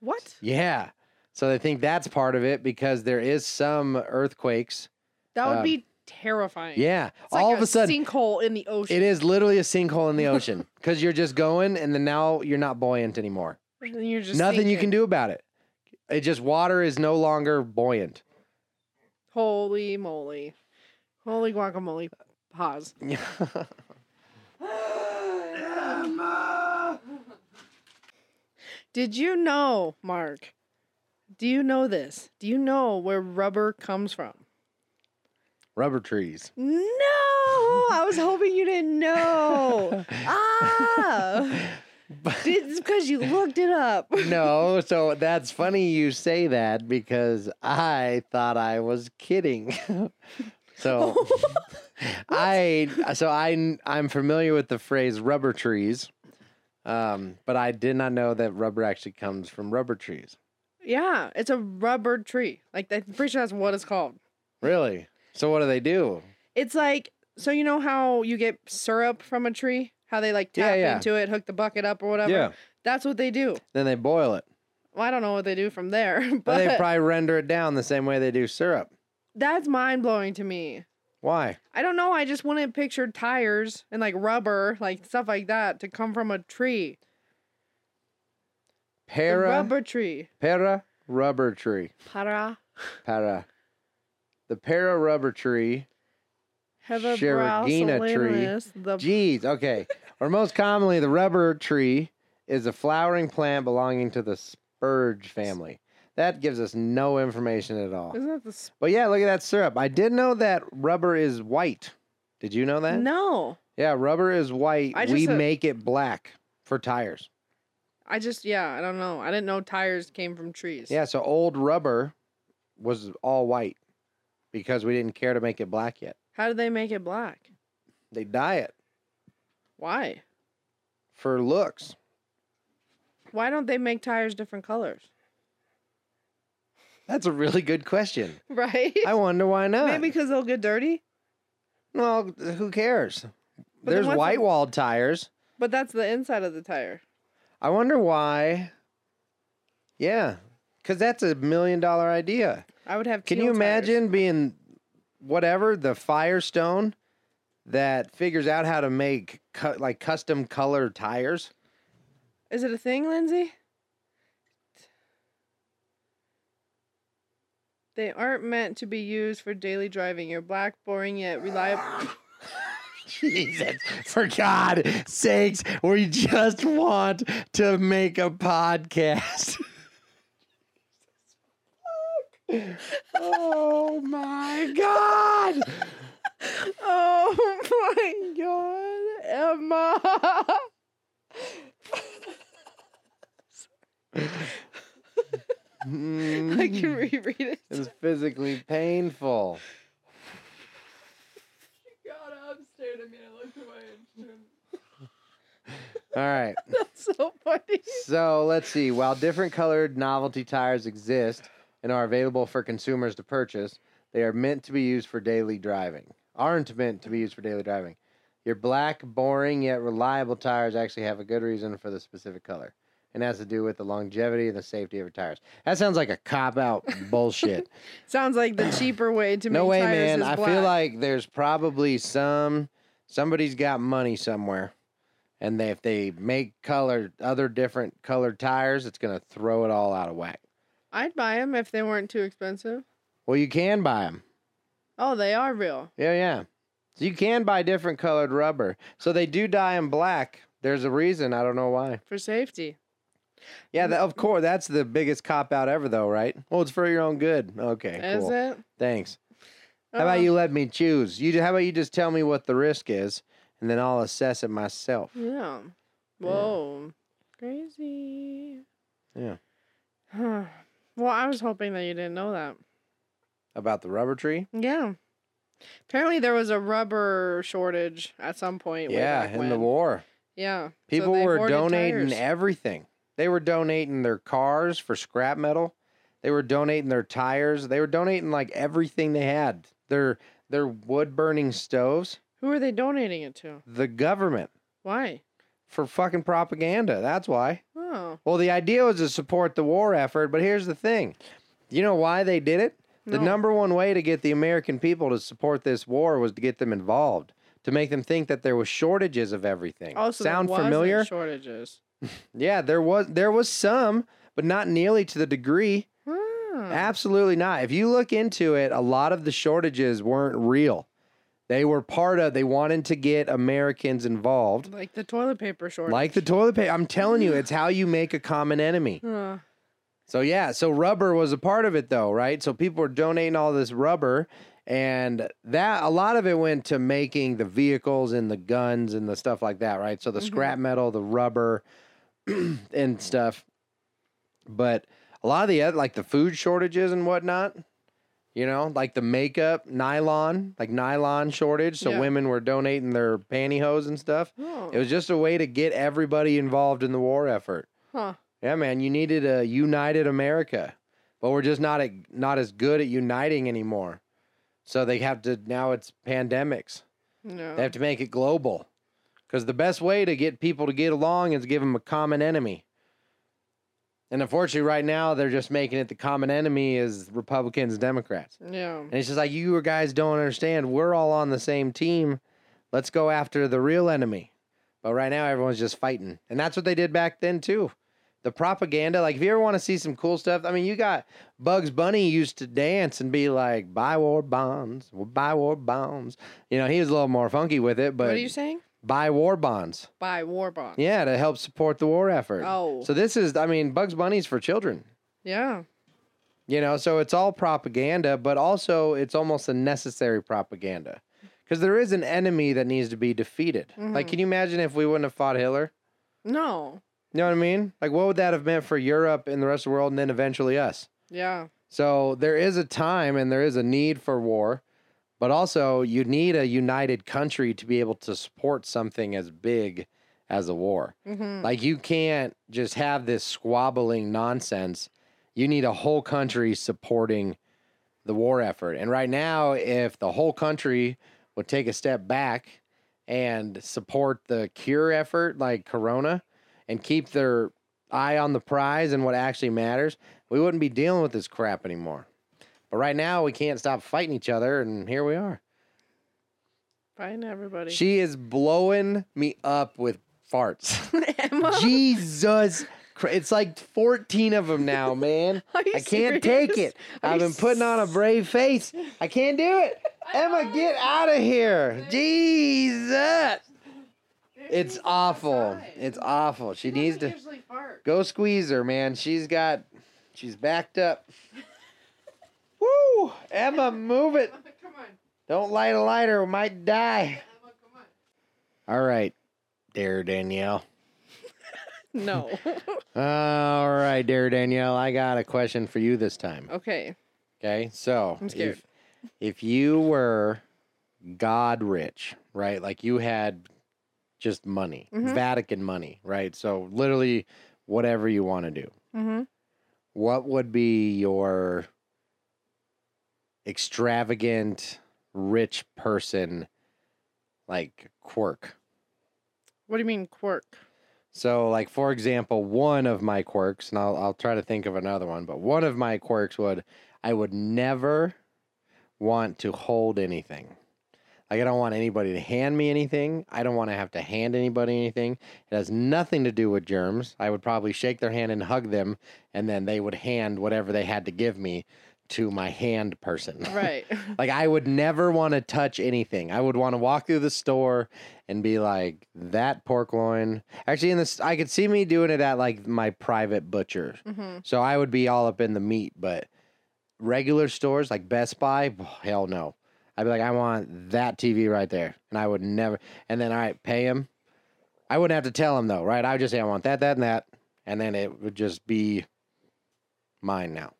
What?
Yeah. So they think that's part of it because there is some earthquakes.
That would
um,
be terrifying.
Yeah.
It's
all
like
of a sudden
sinkhole in the ocean.
it is literally a sinkhole
<laughs>
in the ocean because you're just going and then now you're not buoyant anymore.
And you're just
Nothing you can do about it. It just water is no longer buoyant. <laughs>
Holy moly, holy guacamole! Pause. Did you know, Mark? Do you know this? Do you know where rubber comes from?
Rubber trees.
No, I was hoping you didn't <laughs> know. ah, <laughs> it's because you looked it up.
<laughs>
<laughs>
no, so that's funny you say that because I thought I was kidding. <laughs>
Oh,
so I so I I'm familiar with the phrase rubber trees. Um, but I did not know that rubber actually comes from rubber trees.
yeah, it's a rubber tree. Like I'm pretty sure that's what it's called.
Really? So what do they do?
It's like so you know how you get syrup from a tree? how they like
Yeah,
tap
yeah.
into it, hook the bucket up or whatever.
Yeah.
That's what they do.
Then they boil it.
Well, I don't know what they do from there, <laughs>
But
but
they probably render it down the same way they do syrup.
that's mind blowing to me.
Why?
I don't know. I just wouldn't picture tires and like rubber, like stuff like that, to come from a tree. A
Para
rubber tree.
para rubber tree.
Para.
Para. The para rubber tree.
Heather
Sheragina tree.
The <laughs>
Geez, okay. or most commonly, the rubber tree is a flowering plant belonging to the spurge family. That gives us no information at all.
isn't that the sp-
But yeah, look at that syrup. I did know that rubber is white. Did you know that?
no?
Yeah, rubber is white.
I
we
just, uh,
make it black for tires.
I just yeah. I don't know. I didn't know tires came from trees.
Yeah, so old rubber was all white because we didn't care to make it black yet.
How did they make it black?
They dye it
Why?
for looks.
Why don't they make tires different colors?
That's a really good question.
<laughs> Right.
I wonder why not.
Maybe because they'll get dirty.
Well, who cares?
then
There's
what's the-
white walled tires.
But that's the inside of the tire.
I wonder why. Yeah, because that's a million dollar idea.
I would have.
Can
teal
you
tires.
imagine being whatever the Firestone that figures out how to make cu- like custom color tires?
Is it a thing, Lindsay? They aren't meant to be used for daily driving. Your black, boring yet <gasps> reliable.
<laughs> Jesus, for God sakes, we just want to make a podcast. <laughs> oh my God.
oh my God, Emma! <laughs> I <laughs> can reread it.
It's Mm. physically painful.
God, I'm staring at me and I looked away
<laughs>
and
All right.
That's so funny.
So let's see. While different colored novelty tires exist and are available for consumers to purchase, they are meant to be used for daily driving. Aren't meant to be used for daily driving. Your black, boring yet reliable tires actually have a good reason for the specific color, and has to do with the longevity and the safety of your tires. That sounds like a cop out bullshit.
Sounds like the cheaper way to
no
make
way,
tires
man.
is
I
black.
feel like there's probably some somebody's got money somewhere, and they, if they make colored other different colored tires, it's gonna throw it all out of whack.
I'd buy them if they weren't too expensive.
Well, you can buy them.
Oh, they are real.
Yeah, yeah. So you can buy different colored rubber. So they do dye in black. There's a reason. I don't know why.
For safety.
Yeah, that, of course. That's the biggest cop out ever, though, right? Well, it's for your own good. Okay,
Is
cool.
it?
Thanks. How about
Oh.
you let me choose? You how about you just tell me what the risk is, and then I'll assess it myself.
Yeah. Whoa. Crazy.
Yeah.
Huh. well, I was hoping that you didn't know that.
About the rubber tree?
Yeah. Apparently, there was a rubber shortage at some point. way
yeah,
back
in
when.
the war.
Yeah. so
People
they
were
hoarded
donating
tires.
everything. They were donating their cars for scrap metal. They were donating their tires. They were donating like everything they had. Their their wood burning stoves.
Who are they donating it to?
The government
Why?
for fucking propaganda. That's why.
Oh.
Well, the idea was to support the war effort, but here's the thing. You know why they did it? The
No.
number one way to get the American people to support this war was to get them involved, to make them think that there was shortages of everything.
Also,
Sound familiar?
Shortages.
Yeah, there was there was some, but not nearly to the degree.
Huh.
Absolutely not. If you look into it, a lot of the shortages weren't real. They were part of they wanted to get Americans involved.
like the toilet paper shortage.
Like the toilet paper. I'm telling you, it's how you make a common enemy.
Huh.
So yeah, so rubber was a part of it though, right? So people were donating all this rubber and that a lot of it went to making the vehicles and the guns and the stuff like that, right? So the
Mhm.
scrap metal, the rubber <clears throat> and stuff. But a lot of the other like the food shortages and whatnot, you know, like the makeup, nylon, like nylon shortage. So
Yeah.
women were donating their pantyhose and stuff.
Oh.
It was just a way to get everybody involved in the war effort.
Huh.
Yeah, man, you needed a united America, but we're just not a, not as good at uniting anymore. So they have to now it's pandemics.
No.
They have to make it global Because the best way to get people to get along is give them a common enemy. And unfortunately, right now, they're just making it the common enemy is Republicans, Democrats.
Yeah.
And it's just like, you guys don't understand. We're all on the same team. Let's go after the real enemy. But right now, everyone's just fighting. And that's what they did back then, too. The propaganda, like, if you ever want to see some cool stuff, I mean, you got Bugs Bunny used to dance and be like, buy war bonds, we'll buy war bonds. You know, he was a little more funky with it,
what
but
are you saying?
buy war bonds.
Buy war bonds.
Yeah, to help support the war effort.
Oh.
So this is, I mean, Bugs Bunny's for children.
Yeah.
You know, so it's all propaganda, but also it's almost a necessary propaganda because there is an enemy that needs to be defeated. Like, can you imagine if we wouldn't have fought Hitler?
No.
You know what I mean? Like, what would that have meant for Europe and the rest of the world and then eventually us?
Yeah.
So there is a time and there is a need for war, but also you need a united country to be able to support something as big as a war.
Mm-hmm.
Like you can't just have this squabbling nonsense. You need a whole country supporting the war effort. And right now, if the whole country would take a step back and support the cure effort like corona and keep their eye on the prize and what actually matters, we wouldn't be dealing with this crap anymore. But right now, we can't stop fighting each other and here we are.
Find everybody.
She is blowing me up with farts.
<laughs>
<laughs>
Emma,
Jesus Christ. It's like 14 of them now, man.
Are you
I can't take
serious?
it.
Are
I've
you
been putting on a brave face. I can't do it. Emma, get out of here. Jesus. It's awful. It's awful. She needs to go squeeze her, man. She's got, she's backed up. Woo! Emma, move it.
Come on.
Don't light a lighter. We might die.
Emma, come on.
All right, there, Danielle.
No.
<laughs> All right, dear Danielle, I got a question for you this time.
okay.
Okay, so
I'm scared.
If, if you were God rich, right? Like you had just money,
Mhm.
Vatican money, right? So literally whatever you want to do.
Mm-hmm.
What would be your extravagant rich person like quirk?
What do you mean quirk?
So, like for example, one of my quirks, and I'll I'll try to think of another one, but one of my quirks would I would never want to hold anything. Like I don't want anybody to hand me anything. I don't want to have to hand anybody anything. It has nothing to do with germs. I would probably shake their hand and hug them, and then they would hand whatever they had to give me to my hand person. <laughs>
Right. <laughs>
Like I would never want to touch anything. I would want to walk through the store and be like that pork loin. Actually, in this, I could see me doing it at like my private butcher.
mm-hmm.
So I would be all up in the meat, but regular stores like Best Buy, oh, hell no. I'd be like, I want that TV right there, and I would never. And then, all right, pay him. I wouldn't have to tell him though, right? I would just say I want that, that, and that, and then it would just be mine now.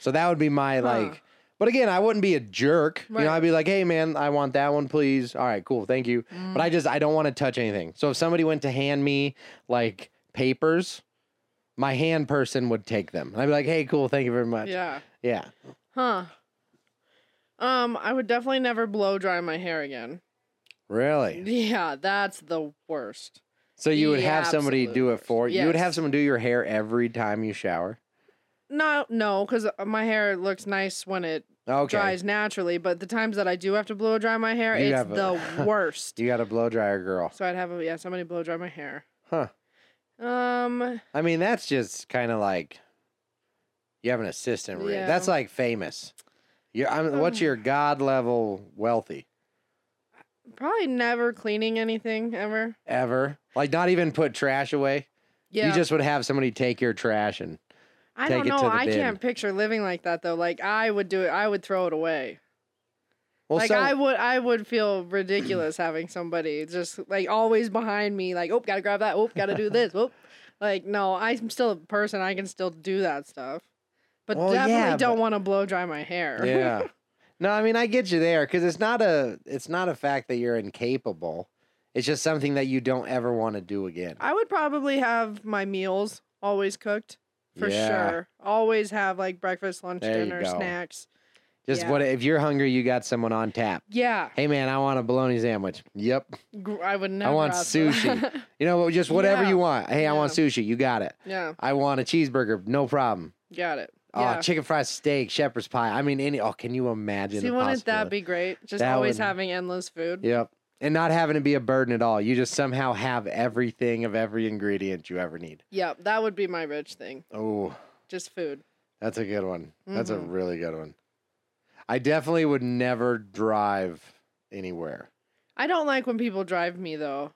So that would be my
Huh.
like. But again, I wouldn't be a jerk. You know,
Right.
I'd be like, "Hey, man, I want that one, please." All right, cool, thank you. But I just I don't want to touch anything. So if somebody went to hand me like papers, my hand person would take them, and I'd be like, "Hey, cool, thank you very much."
Yeah.
yeah.
Huh. Um, I would definitely never blow dry my hair again.
Really?
Yeah, that's the worst.
So you would
The
have somebody do
absolute
it for you. You would
worst.
have someone do your hair every time you shower.
No, no, because my hair looks nice when it
Okay.
dries naturally, but the times that I do have to blow dry my hair,
You
it's
have a-
the
<laughs>
worst.
You got a blow dryer girl.
So I'd have a, yeah somebody blow dry my hair.
Huh.
Um.
I mean, that's just kind of like you have an assistant. re-
Yeah.
That's like famous. You're, I mean, what's
Um.
your god level wealthy
Probably never cleaning anything ever.
ever? Like, not even put trash away.
Yeah.
You just would have somebody take your trash and
I
take
don't
it
know.
to the
I
bin.
can't picture living like that though. Like I would do it. I would throw it away.
well,
like
so
I would. I would feel ridiculous having somebody just like always behind me. Like oh, gotta grab that. Oh, gotta do this. Oh, like no. I'm still a person. I can still do that stuff. But
Well,
definitely
yeah,
don't
but-
want to blow dry my hair.
yeah. <laughs> No, I mean I get you there because it's not a it's not a fact that you're incapable. It's just something that you don't ever want to do again.
I would probably have my meals always cooked for
Yeah.
sure. Always have like breakfast, lunch,
There you
dinner,
go.
snacks.
Just
Yeah.
what if you're hungry, you got someone on tap.
Yeah,
Hey man, I want a bologna sandwich. Yep.
gr- I would never.
want
ask for
sushi.
that.
You know, just whatever
Yeah.
you want. Hey, I want
Yeah.
sushi. You got it.
<laughs> yeah,
I want a cheeseburger. No problem.
got it.
Oh,
Yeah.
chicken fried steak, shepherd's pie. I mean, any. Oh, can you imagine?
See,
the
wouldn't that
possibility?
be great? Just
That
always
would-
having endless food.
Yep. And not having to be a burden at all. You just somehow have everything of every ingredient you ever need.
Yep, that would be my rich thing.
Oh,
Just food.
that's a good one. That's a
Mhm.
really good one. I definitely would never drive anywhere.
I don't like when people drive me though.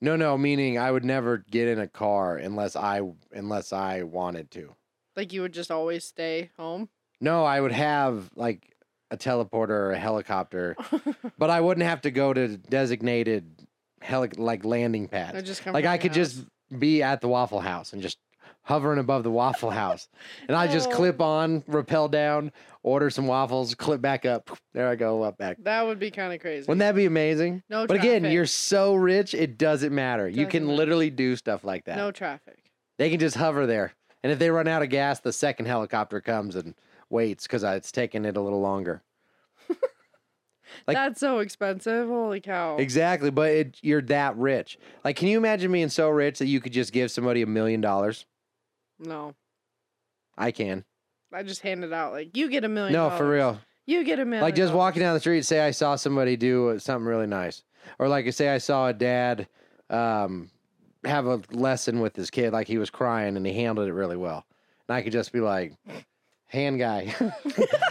No, no, meaning I would never get in a car unless I unless I wanted to.
Like you would just always stay home. <laughs>
No, I would have like a teleporter or a helicopter,
<laughs>
but I wouldn't have to go to designated heli- like landing
I
pads.
just come
like
from
I
the
could just
house.
be at the Waffle House and just hovering above the Waffle House, and I just
No.
clip on, rappel down, order some waffles, clip back up. There I go, up back.
That would be kind of crazy.
Wouldn't that be amazing?
no,
but again,
traffic.
you're so rich, it doesn't matter. you
Doesn't
can
matter.
literally do stuff like that.
no traffic.
They can just hover there. And if they run out of gas, the second helicopter comes and waits because it's taking it a little longer. Like-
That's so expensive. Holy cow.
Exactly. But it, you're that rich. Like, can you imagine being so rich that you could just give somebody a million dollars?
no,
I can.
I just hand it out. Like you get a million.
No, for
dollars.
real.
You get a million.
Like, just
dollars."
walking down the street, say I saw somebody do uh, something really nice. Or, like, say I saw a dad um, have a lesson with his kid, like he was crying and he handled it really well. And I could just be like, hand guy, <laughs>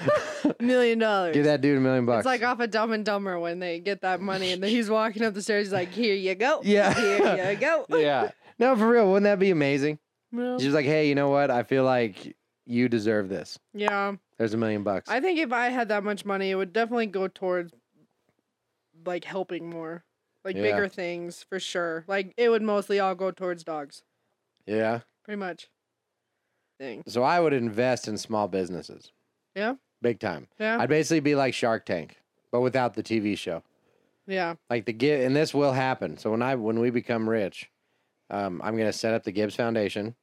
million dollars.
give that dude a million bucks.
It's like off of Dumb and Dumber when they get that money and then he's walking up the stairs. He's like, "Here you go. <laughs>
Yeah.
Here
<laughs>
you go."
yeah. No, for real. Wouldn't that be amazing?
No.
She's like, hey, you know what? I feel like you deserve this.
Yeah.
There's a million bucks.
I think if I had that much money, it would definitely go towards like helping more, like
Yeah.
bigger things for sure. Like it would mostly all go towards dogs,
yeah.
pretty much. Thing.
So I would invest in small businesses.
Yeah?
Big time.
Yeah.
I'd basically be like Shark Tank, but without the TV show.
yeah.
Like the give, and this will happen. So when I when we become rich, um, I'm gonna set up the Gibbs Foundation.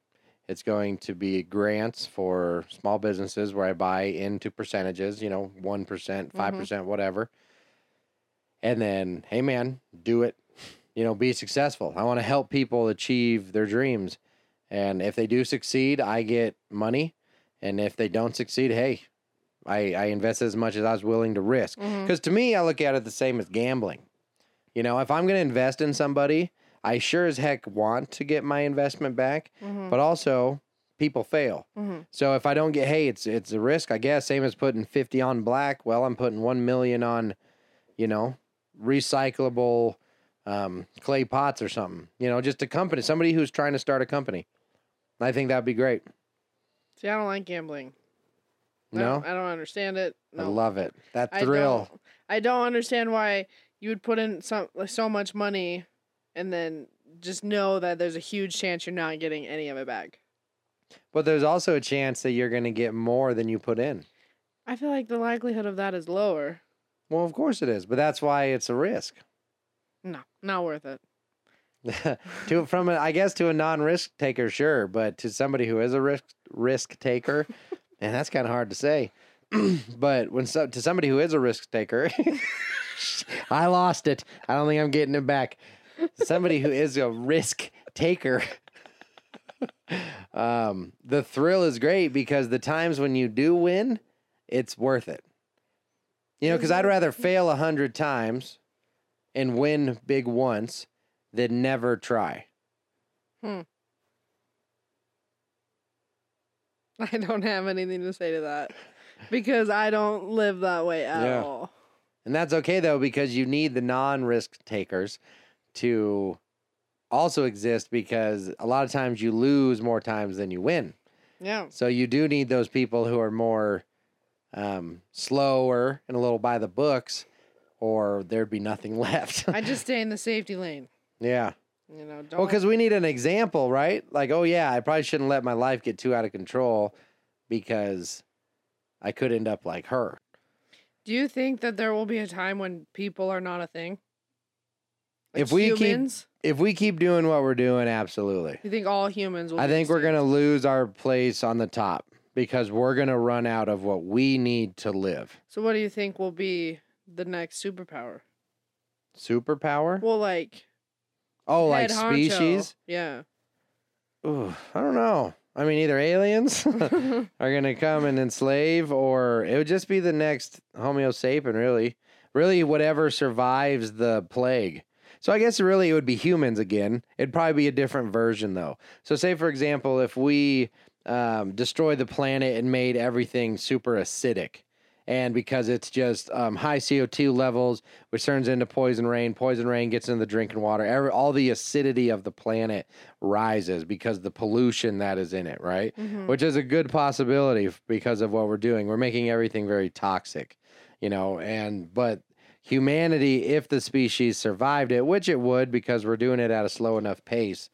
It's going to be grants for small businesses where I buy into percentages, you know, one percent, five percent, whatever. And then, hey man, do it. You know, be successful. I want to help people achieve their dreams. And if they do succeed, I get money. And if they don't succeed, hey, I, I invest as much as I was willing to risk.
Mhm.
Because to me, I look at it the same as gambling. You know, if I'm going to invest in somebody, I sure as heck want to get my investment back,
Mhm.
but also people fail.
Mhm.
So if I don't get, hey, it's it's a risk, I guess. Same as putting fifty on black. Well, I'm putting one million on, you know, recyclable um, clay pots or something. You know, just a company, somebody who's trying to start a company. I think that'd be great.
See, I don't like gambling. I
No,
don't- I don't understand it.
I
No.
love it. That
I
thrill.
don't, I don't understand why you would put in so, like, so much money and then just know that there's a huge chance you're not getting any of it back.
But there's also a chance that you're going to get more than you put in.
I feel like the likelihood of that is lower.
Well, of course it is, but that's why it's a risk. <laughs>
No, not worth it. <laughs>
to from a, I guess to a non-risk taker, sure, but to somebody who is a risk risk taker, and that's kind of hard to say. <clears throat> but when so, to somebody who is a risk taker, <laughs> I lost it. I don't think I'm getting it back. Somebody who is a risk taker. <laughs> um, the thrill is great because the times when you do win, it's worth it. You know, because I'd rather fail a hundred times and win big once than never try.
I don't have anything to say to that because I don't live that way at
Yeah.
all.
And that's okay though, because you need the non risk takers to also exist because a lot of times you lose more times than you win.
Yeah.
So you do need those people who are more um, slower and a little by the books, or there'd be nothing <laughs> left.
I just stay in the safety lane.
yeah.
You know, don't.
Well, because we need an example, right? Like, oh yeah, I probably shouldn't let my life get too out of control because I could end up like her.
do you think that there will be a time when people are not a thing?
If we keep-
humans,
If we keep doing what we're doing, absolutely.
you think all humans will?
I
be the
think we're
same?
gonna lose our place on the top because we're going to run out of what we need to live.
So what do you think will be the next superpower?
Superpower?
Well, like
oh, like
head honcho.
species? <laughs>
Yeah.
Ooh, I don't know. I mean, either aliens <laughs> are
<laughs>
going to come and enslave, or it would just be the next Homo sapien, really. Really, whatever survives the plague. So I guess really it would be humans again. It'd probably be a different version, though. So, say, for example, if we um, destroy the planet and made everything super acidic. And because it's just um, high CO2 levels, which turns into poison rain, poison rain gets into the drinking water. Every, all the acidity of the planet rises because the pollution that is in it, right?
Mhm.
Which is a good possibility f- because of what we're doing. We're making everything very toxic, you know. And but humanity, if the species survived it, which it would because we're doing it at a slow enough pace,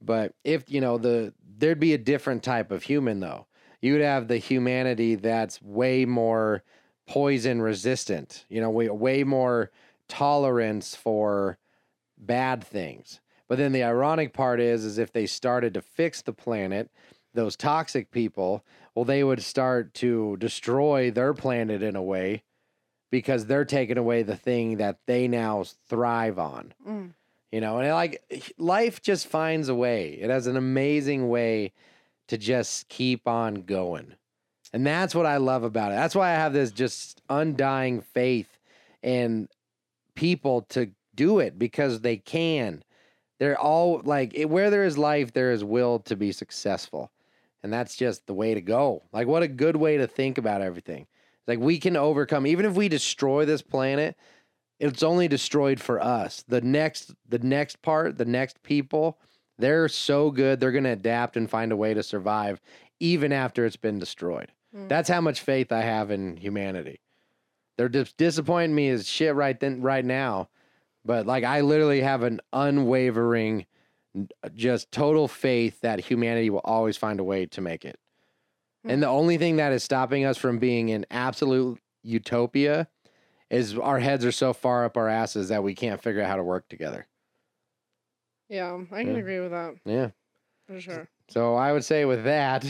but if you know the there'd be a different type of human though. You'd have the humanity that's way more poison resistant. You know, way way more tolerance for bad things. But then the ironic part is is if they started to fix the planet, those toxic people, well they would start to destroy their planet in a way because they're taking away the thing that they now thrive on
Mm.
you know and it, like life just finds a way it has an amazing way to just keep on going and that's what i love about it that's why i have this just undying faith in people to do it because they can they're all like it, where there is life there is will to be successful and that's just the way to go like what a good way to think about everything like we can overcome even if we destroy this planet it's only destroyed for us the next the next part the next people they're so good they're going to adapt and find a way to survive even after it's been destroyed
Mm.
that's how much faith i have in humanity they're just disappointing me as shit right then right now but like i literally have an unwavering n- just total faith that humanity will always find a way to make it and the only thing that is stopping us from being in absolute utopia is our heads are so far up our asses that we can't figure out how to work together.
Yeah, I can
Yeah.
agree with that
Yeah.
for sure.
So I would say with that,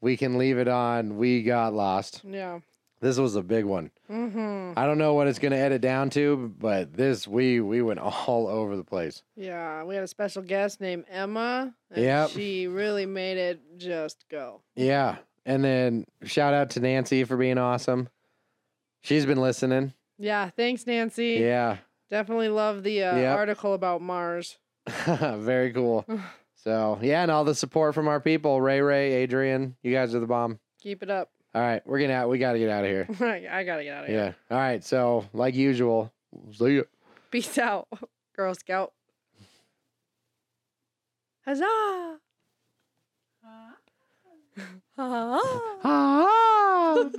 we can leave it on. We got lost.
Yeah.
This was a big one.
hmm
I don't know what it's gonna edit down to, but this we we went all <laughs> over the place.
Yeah, we had a special guest named Emma. And
Yep.
She really made it just go.
Yeah. And then shout out to Nancy for being awesome. She's been listening.
Yeah, thanks, Nancy.
Yeah. <laughs>
Definitely love the uh,
Yep.
article about Mars.
Very <sighs> cool. So yeah, and all the support from our people, Ray Ray, Adrian, you guys are the bomb.
Keep it up. <laughs>
All right, we're getting out. We got to get out of here.
I I gotta get out of here.
Yeah. All right. So, like usual, <laughs> see ya.
<laughs> Peace out, Girl Scout. Huzzah! <laughs> Huzzah!
Ah.